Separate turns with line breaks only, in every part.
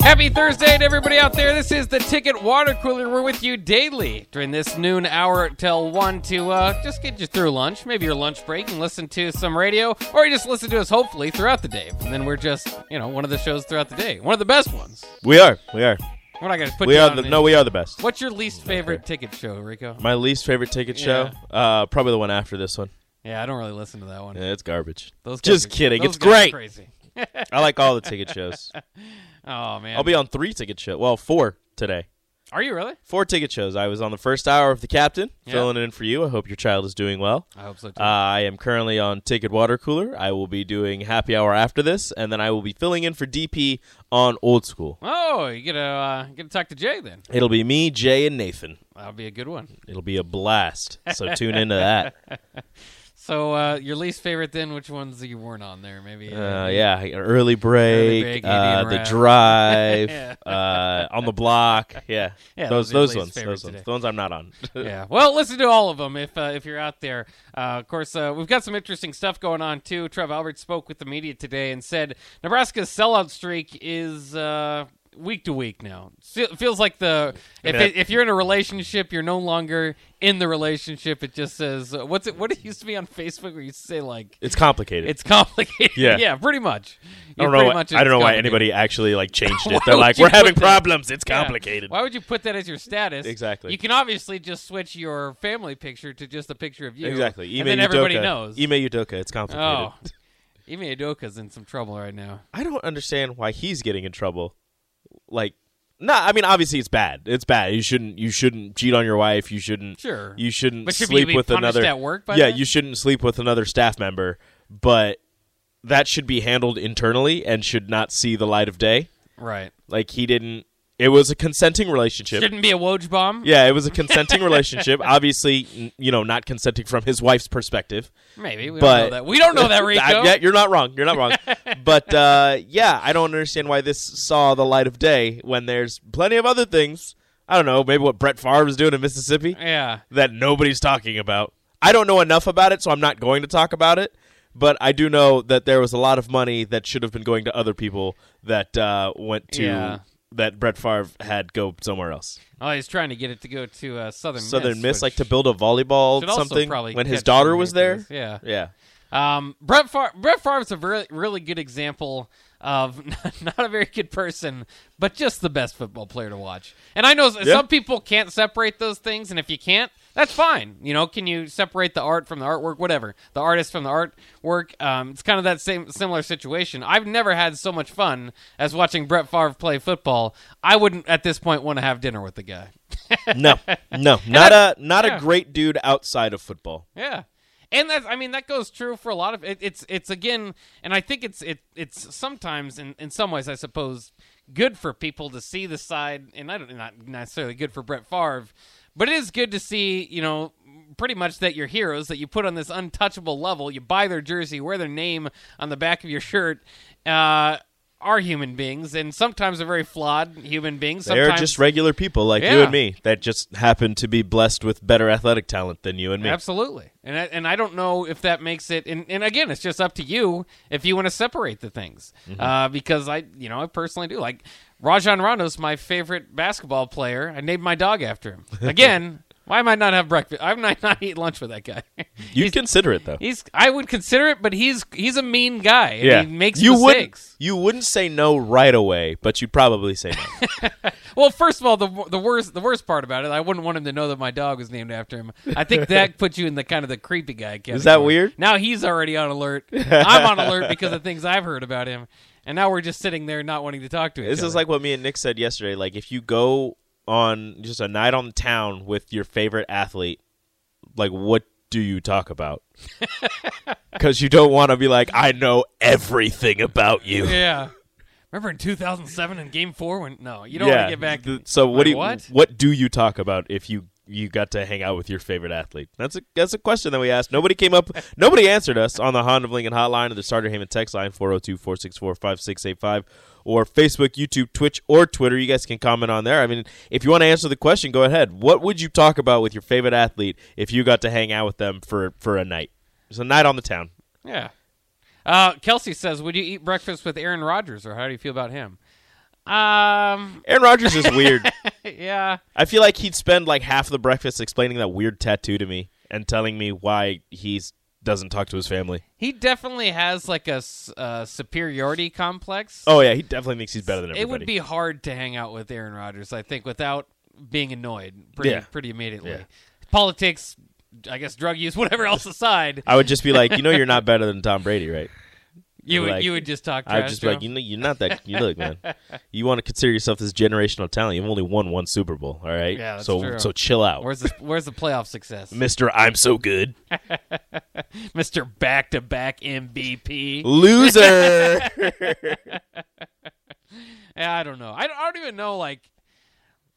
Happy Thursday to everybody out there. This is the Ticket Water Cooler. We're with you daily during this noon hour till 1 to uh, just get you through lunch, maybe your lunch break, and listen to some radio, or you just listen to us hopefully throughout the day. And then we're just, you know, one of the shows throughout the day. One of the best ones.
We are. We are.
We're not going to put
We
you
are
on
the
the-
no. e- We are the best.
What's your least favorite ticket show, Rico?
My least favorite ticket show, uh, probably the one after this one.
Yeah, I don't really listen to that one.
Yeah, it's garbage.
Those guys
Just
are-
kidding.
those
It's
guys are
great.
Crazy.
I like all the ticket shows.
Oh man.
I'll be on three ticket shows. Well, four today.
Are you really?
Four ticket shows. I was on the first hour of the captain,
Yeah.
filling in for you. I hope your child is doing well.
I hope so too.
Uh, I am currently on Ticket Water Cooler. I will be doing happy hour after this, and then I will be filling in for DP on Old School.
oh, you get to uh, get to talk to Jay then.
It'll be me, Jay, and Nathan.
That'll be a good one.
It'll be a blast. So tune into that.
So uh, your least favorite then? Which ones that you weren't on there? Maybe.
Uh, yeah, early break,
break,
uh,
Indian
the
round.
drive, uh, on the block. Yeah,
Yeah,
those
those are
those
Blaze's
ones,
favorites
those ones,
today.
the ones I'm not on.
yeah. Well, listen to all of them if uh, if you're out there. Uh, of course, uh, we've got some interesting stuff going on too. Trev Albert spoke with the media today and said Nebraska's sellout streak is. Uh, Week to week now, Se- feels like the if,
mean,
it, if you're in a relationship, you're no longer in the relationship. It just says uh, what's it? What it used to be on Facebook where you say like
it's complicated.
it's complicated.
Yeah.
yeah, pretty much.
I
You're
don't
pretty
know. Why,
much
I don't know
it's
why
complicated.
anybody actually like changed
Why
it. They're
would
like,
you
we're having
put that-
problems. It's
Yeah.
complicated.
Why would you put that as your status?
Exactly.
You can obviously just switch your family picture to just a picture of you.
Exactly.
and then
Ime
everybody
Udoka.
knows.
Ime Udoka. It's complicated.
oh. Ime Udoka's in some trouble right now.
I don't understand why he's getting in trouble. Like, no, I mean, obviously it's bad. It's bad. You shouldn't. You shouldn't cheat on your wife. You shouldn't.
Sure.
You shouldn't
But should you
sleep
be
with
punished
another
at work by
yeah,
that?
you shouldn't sleep with another staff member. But that should be handled internally and should not see the light of day.
Right.
Like he didn't. It was a consenting relationship.
Shouldn't be a Woj bomb.
yeah, it was a consenting relationship. Obviously, n- you know, not consenting from his wife's perspective.
Maybe we
But-
don't know that. We don't know that Rico.
I- yeah, you're not wrong. You're not wrong. but uh, yeah, I don't understand why this saw the light of day when there's plenty of other things. I don't know, maybe what Brett Favre is doing in Mississippi
Yeah.
that nobody's talking about. I don't know enough about it, so I'm not going to talk about it. But I do know that there was a lot of money that should have been going to other people that uh, went to
Yeah.
that Brett Favre had go somewhere else.
Oh, he's trying to get it to go to uh, Southern
Southern Miss,
which
like to build a volleyball
should also
something
probably
when his
catch
daughter
some
was there.
papers. Yeah.
yeah.
Um, Brett Favre, Brett Favre's a very, really good example of not, a very good person, but just the best football player to watch. And I know s-
Yeah.
some people can't separate those things, and if you can't, that's fine. You know, can you separate the art from the artwork? Whatever, the artist from the artwork. Um, it's kind of that same similar situation. I've never had so much fun as watching Brett Favre play football. I wouldn't at this point want to have dinner with the guy.
No, no, not a not
yeah.
a great dude outside of football.
Yeah. And that's I mean that goes true for a lot of it, it's it's again and I think it's it it's sometimes in, in some ways I suppose good for people to see the side and I don't not necessarily good for Brett Favre but it is good to see you know pretty much that your heroes that you put on this untouchable level you buy their jersey wear their name on the back of your shirt uh, are human beings and sometimes are very flawed human beings
They're
sometimes
just regular people like you
Yeah.
and me that just happen to be blessed with better athletic talent than you and me.
Absolutely. And I, and I don't know if that makes it. And, and again, it's just up to you if you want to separate the things.
Mm-hmm.
Uh, because I, you know, I personally do. Like Rajon Rondo's my favorite basketball player. I named my dog after him. Again, why might not have breakfast? I might not eat lunch with that guy.
You'd consider it though.
he's I would consider it, but he's he's a mean guy. and
yeah,
he makes
you
mistakes.
wouldn't you wouldn't say no right away, but you'd probably say no.
Well, first of all, the the worst the worst part about it, I wouldn't want him to know that my dog was named after him. I think that puts you in the kind of the creepy guy category.
Is that weird?
Now he's already on alert. I'm on alert because of things I've heard about him, and now we're just sitting there not wanting to talk to each
this
other.
is like what me and Nick said yesterday. Like if you go on just a night on the town with your favorite athlete, like what do you talk about? Because you don't want to be like, I know everything about you.
Yeah. Remember in 2007 in Game Four when no, you don't want to get back.
th- So what
like,
do you,
what?
do you talk about if you you got to hang out with your favorite athlete? That's a that's a question that we asked. Nobody came up. nobody answered us on the Hondelingen hotline or the Starter Heyman text line 402-464-5685 or Facebook, YouTube, Twitch, or Twitter. You guys can comment on there. I mean, if you want to answer the question, go ahead. What would you talk about with your favorite athlete if you got to hang out with them for for a night? It's a night on the town.
Yeah. Uh, Kelsey says, "Would you eat breakfast with Aaron Rodgers, or how do you feel about him?" Um.
Aaron Rodgers is weird.
Yeah.
I feel like he'd spend like half the breakfast explaining that weird tattoo to me and telling me why he's doesn't talk to his family.
He definitely has like a s- uh, superiority complex.
Oh yeah, he definitely thinks he's better than
it
everybody.
would be hard to hang out with Aaron Rodgers, I think, without being annoyed pretty
Yeah.
pretty immediately.
Yeah.
Politics, I guess, drug use, whatever else aside,
I would just be like, you know, you're not better than Tom Brady, right?
you would
like-
you would just talk.
I
trash
would just
to
be
him.
like, you know, you're not that. You look, man. You want to consider yourself this generational talent. You've only won one Super Bowl, all right?
Yeah, that's
so
true.
so chill out,
Where's the where's the playoff success,
Mister. I'm so good,
Mister Back to Back MVP?
loser.
Yeah, Eh, I don't know. I don't, I don't even know. Like,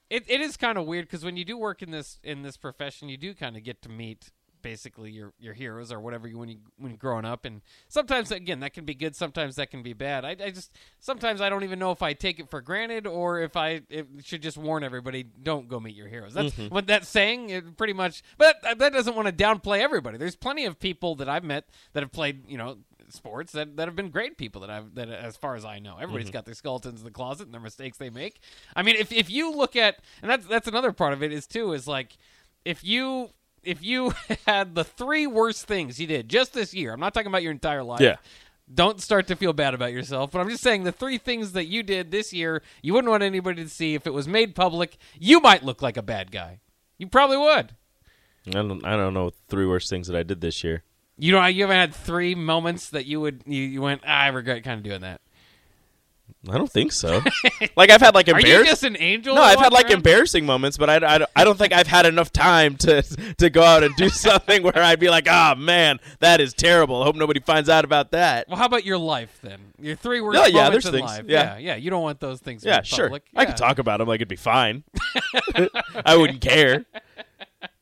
it, it is kind of weird because when you do work in this in this profession, you do kind of get to meet basically your your heroes or whatever you when you when you're growing up. And sometimes again, that can be good. Sometimes that can be bad. I, I just sometimes I don't even know if I take it for granted or if I it should just warn everybody don't go meet your heroes. That's what that's saying. It pretty much, but that, that doesn't want to downplay everybody. There's plenty of people that I've met that have played. You know sports that, that have been great people that I've that as far as I know, everybody's got their skeletons in the closet and their mistakes they make. I mean, if if you look at and that's that's another part of it is too is like if you if you had the three worst things you did just this year, I'm not talking about your entire life.
Yeah.
Don't start to feel bad about yourself, but I'm just saying the three things that you did this year you wouldn't want anybody to see if it was made public, you might look like a bad guy. You probably would.
I don't. I don't know three worst things that I did this year.
You know, you haven't had three moments that you would you, you went, "Ah, I regret kind of doing that.
I don't think so. like I've had like
Are
embarrassed.
you just an angel?
No,
that
I've had
walks
like
around?
embarrassing moments, but I, I, don't- I don't think I've had enough time to to go out and do something where I'd be like, oh man, that is terrible. I hope nobody finds out about that.
Well, how about your life then? Your three worst
Yeah, yeah,
moments
there's
in
things,
life.
yeah.
yeah, You don't want those things.
Yeah,
made
sure.
public.
I could
Yeah.
talk about them. Like it'd be fine. I wouldn't care.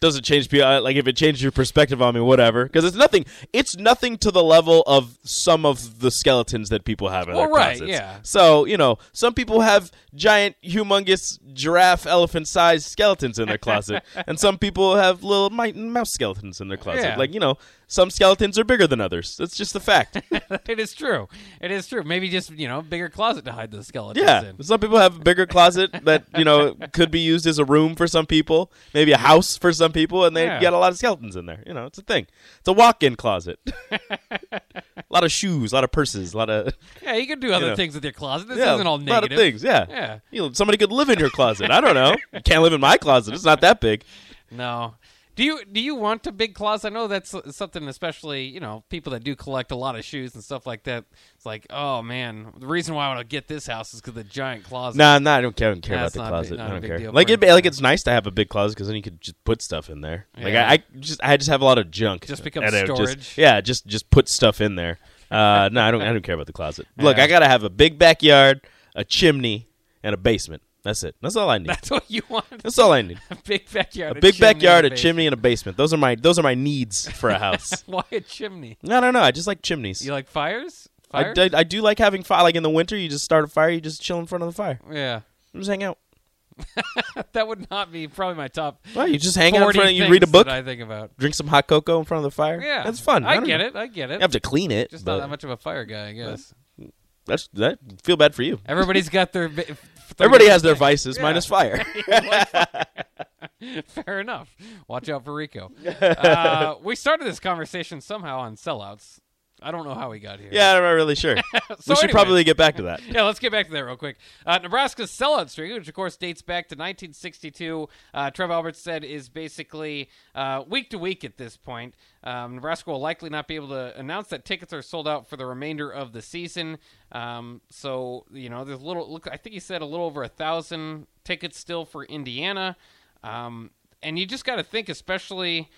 Doesn't change people. uh, Like if it changed your perspective on me, whatever. Because it's nothing. It's nothing to the level of some of the skeletons that people have in
Well,
their
right,
closets.
yeah.
So you know, some people have giant, humongous, giraffe, elephant-sized skeletons in their closet, and some people have little mite and mouse skeletons in their closet.
Yeah.
Like you know, some skeletons are bigger than others. That's just the fact.
It is true. It is true. Maybe just you know bigger closet to hide the skeletons
Yeah,
in.
some people have a bigger closet that you know could be used as a room for some people, maybe a house for some people, and they
Yeah.
got a lot of skeletons in there. You know, it's a thing. It's a walk-in closet. a lot of shoes, a lot of purses, a lot of
Yeah, you could do other
know.
things with your closet. This
yeah,
isn't all
a
negative.
lot of things. Yeah,
Yeah.
You know, somebody could live in your closet. I don't know. You can't live in my closet. It's not that big.
No. Do you do you want a big closet? I know that's something, especially you know people that do collect a lot of shoes and stuff like that. It's like, oh man, the reason why I want to get this house is because the giant closet.
No, no, I don't care, I don't care
Yeah,
about
it's
the
not a big-
closet.
not
I
a
don't
big
care.
deal
Like
for
it, like
anybody.
it's nice to have a big closet because then you could just put stuff in there. Like
Yeah.
I, I just I just have a lot of junk.
Just becomes
and I would
storage.
Just, yeah, just just put stuff in there. Uh, no, I don't I don't care about the closet. Look,
Yeah.
I gotta have a big backyard, a chimney, and a basement. That's it. That's all I need.
that's what you want.
That's all I need.
A big backyard.
A big
chimney,
backyard, a
basement.
chimney, and a basement. Those are my those are my needs for a house.
Why a chimney?
no, no, no. I just like chimneys.
You like fires?
I,
Fires?
I, I do like having fire. Like in the winter, you just start a fire. You just chill in front of the fire.
yeah.
Just hang out.
That would not be probably my top.
Well, you just hang out in
40
front. Of, you
things
read a book.
that I think about.
drink some hot cocoa in front of the fire.
Yeah,
that's fun.
I,
don't
get
know.
it. I get it.
You have to clean it.
Just
but
not that much of a fire guy, I guess.
That's that. Feel bad for you.
Everybody's got their. bi- f-
Everybody
thirty-
has their vices,
Yeah.
minus fire.
Fair enough. Watch out for Rico. uh, we started this conversation somehow on sellouts. I don't know how we got here.
yeah, I'm not really sure. we should
anyway.
probably get back to that.
yeah, let's get back to that real quick. Uh, Nebraska's sellout streak, which of course dates back to 1962, uh, Trev Alberts said is basically uh, week to week at this point. Um, Nebraska will likely not be able to announce that tickets are sold out for the remainder of the season. Um, so you know, there's a little. Look, I think he said a little over a thousand tickets still for Indiana, um, and you just got to think, especially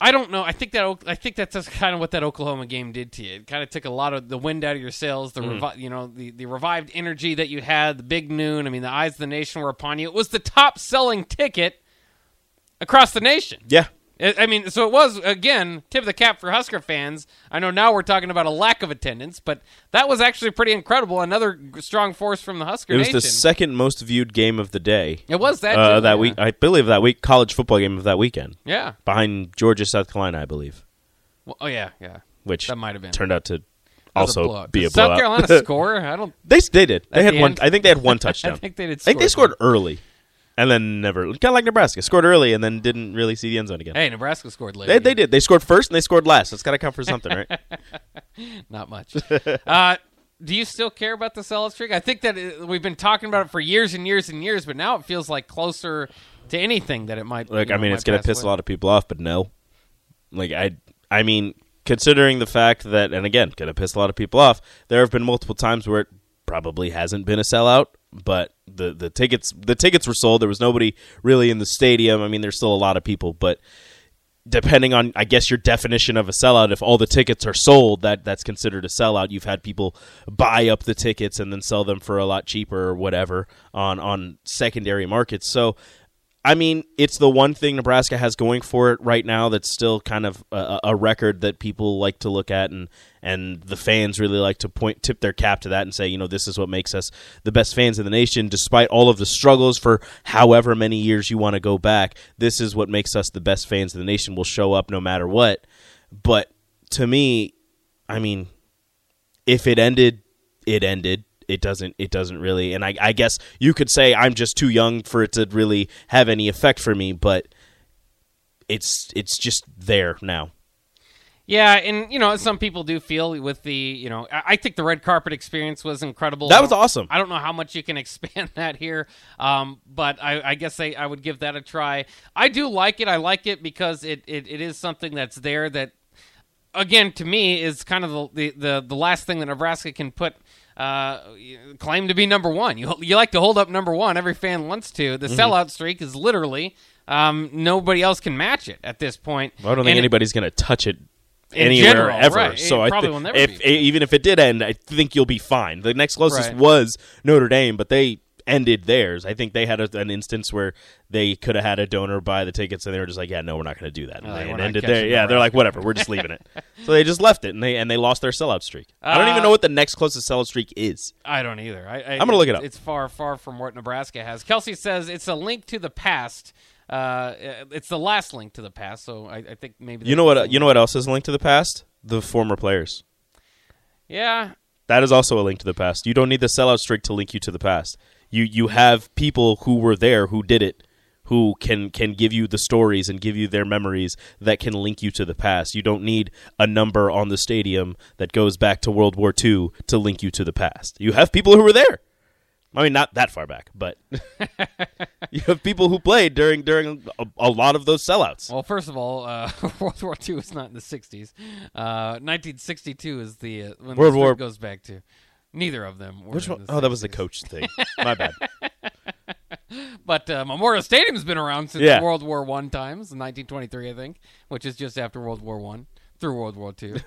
I don't know. I think that O- I think that's just kind of what that Oklahoma game did to you. It kind of took a lot of the wind out of your sails, the
Mm.
revi- you know the, the revived energy that you had, the big noon. I mean, the eyes of the nation were upon you. It was the top selling ticket across the nation.
Yeah.
I I mean, so it was again tip of the cap for Husker fans. I know now we're talking about a lack of attendance, but that was actually pretty incredible. Another g- strong force from the Husker
It was
Nation.
the second most viewed game of the day.
it was that
uh,
too, yeah.
that week, I believe that week, college football game of that weekend,
Yeah.
behind Georgia, South Carolina, I believe,
Well, oh yeah, yeah.
which
That might have been.
turned out to
That was
also
blowout.
be
Did
a blowout.
South Carolina score. I don't.
they they did. They had
the
one.
end?
I think they had one touchdown.
I think they did.
I think they
score.
scored early, and then never. Kind of like Nebraska, scored early and then didn't really see the end zone again.
Hey, Nebraska scored later.
They, they did. They scored first and they scored last. That's got to count for something, right?
Not much. uh, do you still care about the sellout streak? I think that it, we've been talking about it for years and years and years, but now it feels like closer to anything that it might.
Like,
you
I
know,
mean,
might
it's gonna
pass
piss
away.
a lot of people off, but no. Like, I, I mean, considering the fact that, and again, gonna piss a lot of people off. There have been multiple times where it probably hasn't been a sellout, but the the tickets the tickets were sold. There was nobody really in the stadium. I mean, there's still a lot of people, but depending on I guess your definition of a sellout, if all the tickets are sold, that that's considered a sellout. You've had people buy up the tickets and then sell them for a lot cheaper or whatever on on secondary markets. So I mean, it's the one thing Nebraska has going for it right now that's still kind of a, a record that people like to look at and and the fans really like to point tip their cap to that and say, you know, this is what makes us the best fans in the nation despite all of the struggles for however many years you want to go back. This is what makes us the best fans in the nation. We'll show up no matter what. But to me, I mean, if it ended, it ended. It doesn't. It doesn't really. And I, I guess you could say I'm just too young for it to really have any effect for me. But it's it's just there now.
Yeah, and you know, some people do feel with the you know, I, I think the red carpet experience was incredible.
That
I
was
don't-
awesome.
I don't know how much you can expand that here, um, but I, I guess I, I would give that a try. I do like it. I like it because it it, it is something that's there that again to me is kind of the the, the, the last thing that Nebraska can put uh, claim to be number one. You you like to hold up number one. Every fan wants to. The
Mm-hmm.
sellout streak is literally um, nobody else can match it at this point.
I don't think
And it-
anybody's going to touch it
In
anywhere
general,
ever.
right.
So
It
I
probably
thi-
will never
if
be.
even if it did end, I think you'll be fine. The next closest
Right.
was Notre Dame, but they ended theirs. I think they had a, an instance where they could have had a donor buy the tickets, and they were just like, "Yeah, no, we're not going to do that." And
like,
they
Oh, we're
and
not
ended
catching
there. Yeah,
that
they're like, "Whatever, we're just leaving it." So they just left it, and they and they lost their sellout streak. I don't
Uh,
even know what the next closest sellout streak is.
I don't either. I, I,
I'm gonna look it up.
It's far, far from what Nebraska has. Kelsey says it's a link to the past. Uh, it's the last link to the past. So I, I think maybe
You know what? uh, You know what else is linked to the past? The former players.
Yeah,
That is also a link to the past. You don't need the sellout streak to link you to the past. You you have people who were there who did it, who can can give you the stories and give you their memories that can link you to the past. You don't need a number on the stadium that goes back to World War II to link you to the past. You have people who were there. I mean, not that far back, but you have people who played during during a, a lot of those sellouts.
Well, first of all, uh, World War II is not in the 60s. Uh, 1962 is the uh, when
World
the
War-
strip goes back to. Neither of them. Were
Which
in
one?
the
Oh, that was the
60s.
coach thing. My bad.
But uh, Memorial Stadium's been around since
Yeah.
World War One times, 1923, I think, which is just after World War One through World War Two.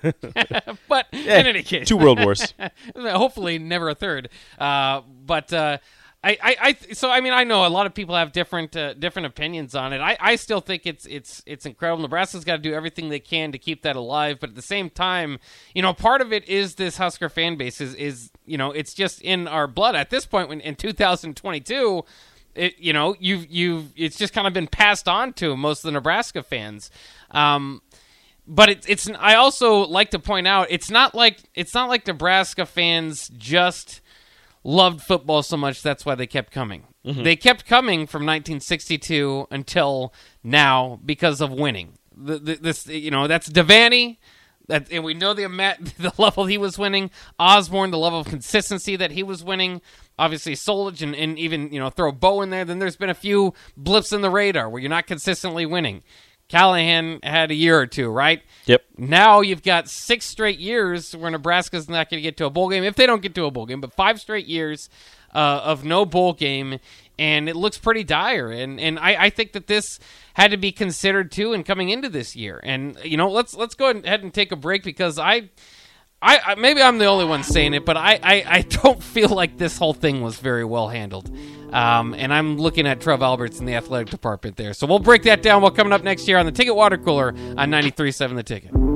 but in any case,
Two world wars.
hopefully never a third uh, but uh, I, I, I so i mean i know a lot of people have different uh, different opinions on it I, I still think it's it's it's incredible nebraska's got to do everything they can to keep that alive but at the same time you know part of it is this husker fan base is is you know it's just in our blood at this point when in 2022 it, you know you've you've it's just kind of been passed on to most of the nebraska fans um, but it's it's I also like to point out it's not like it's not like Nebraska fans just loved football so much that's why they kept coming. They kept coming from 1962 until now because of winning. The, the, this you know that's Devaney. That, and we know the ama- the level he was winning. Osborne, the level of consistency that he was winning. Obviously, Solich, and, and even you know throw Bow in there. Then there's been a few blips in the radar where you're not consistently winning. Callahan had a year or two, right?
Yep.
Now you've got six straight years where Nebraska's not going to get to a bowl game if they don't get to a bowl game, but five straight years uh, of no bowl game, and it looks pretty dire. And and I, I think that this had to be considered too in coming into this year. And you know, let's let's go ahead and take a break because I. I, I maybe I'm the only one saying it, but I, I, I don't feel like this whole thing was very well handled. Um, and I'm looking at Trev Alberts in the athletic department there. So we'll break that down. While coming up next year on the Ticket Water Cooler on 93.7 The Ticket.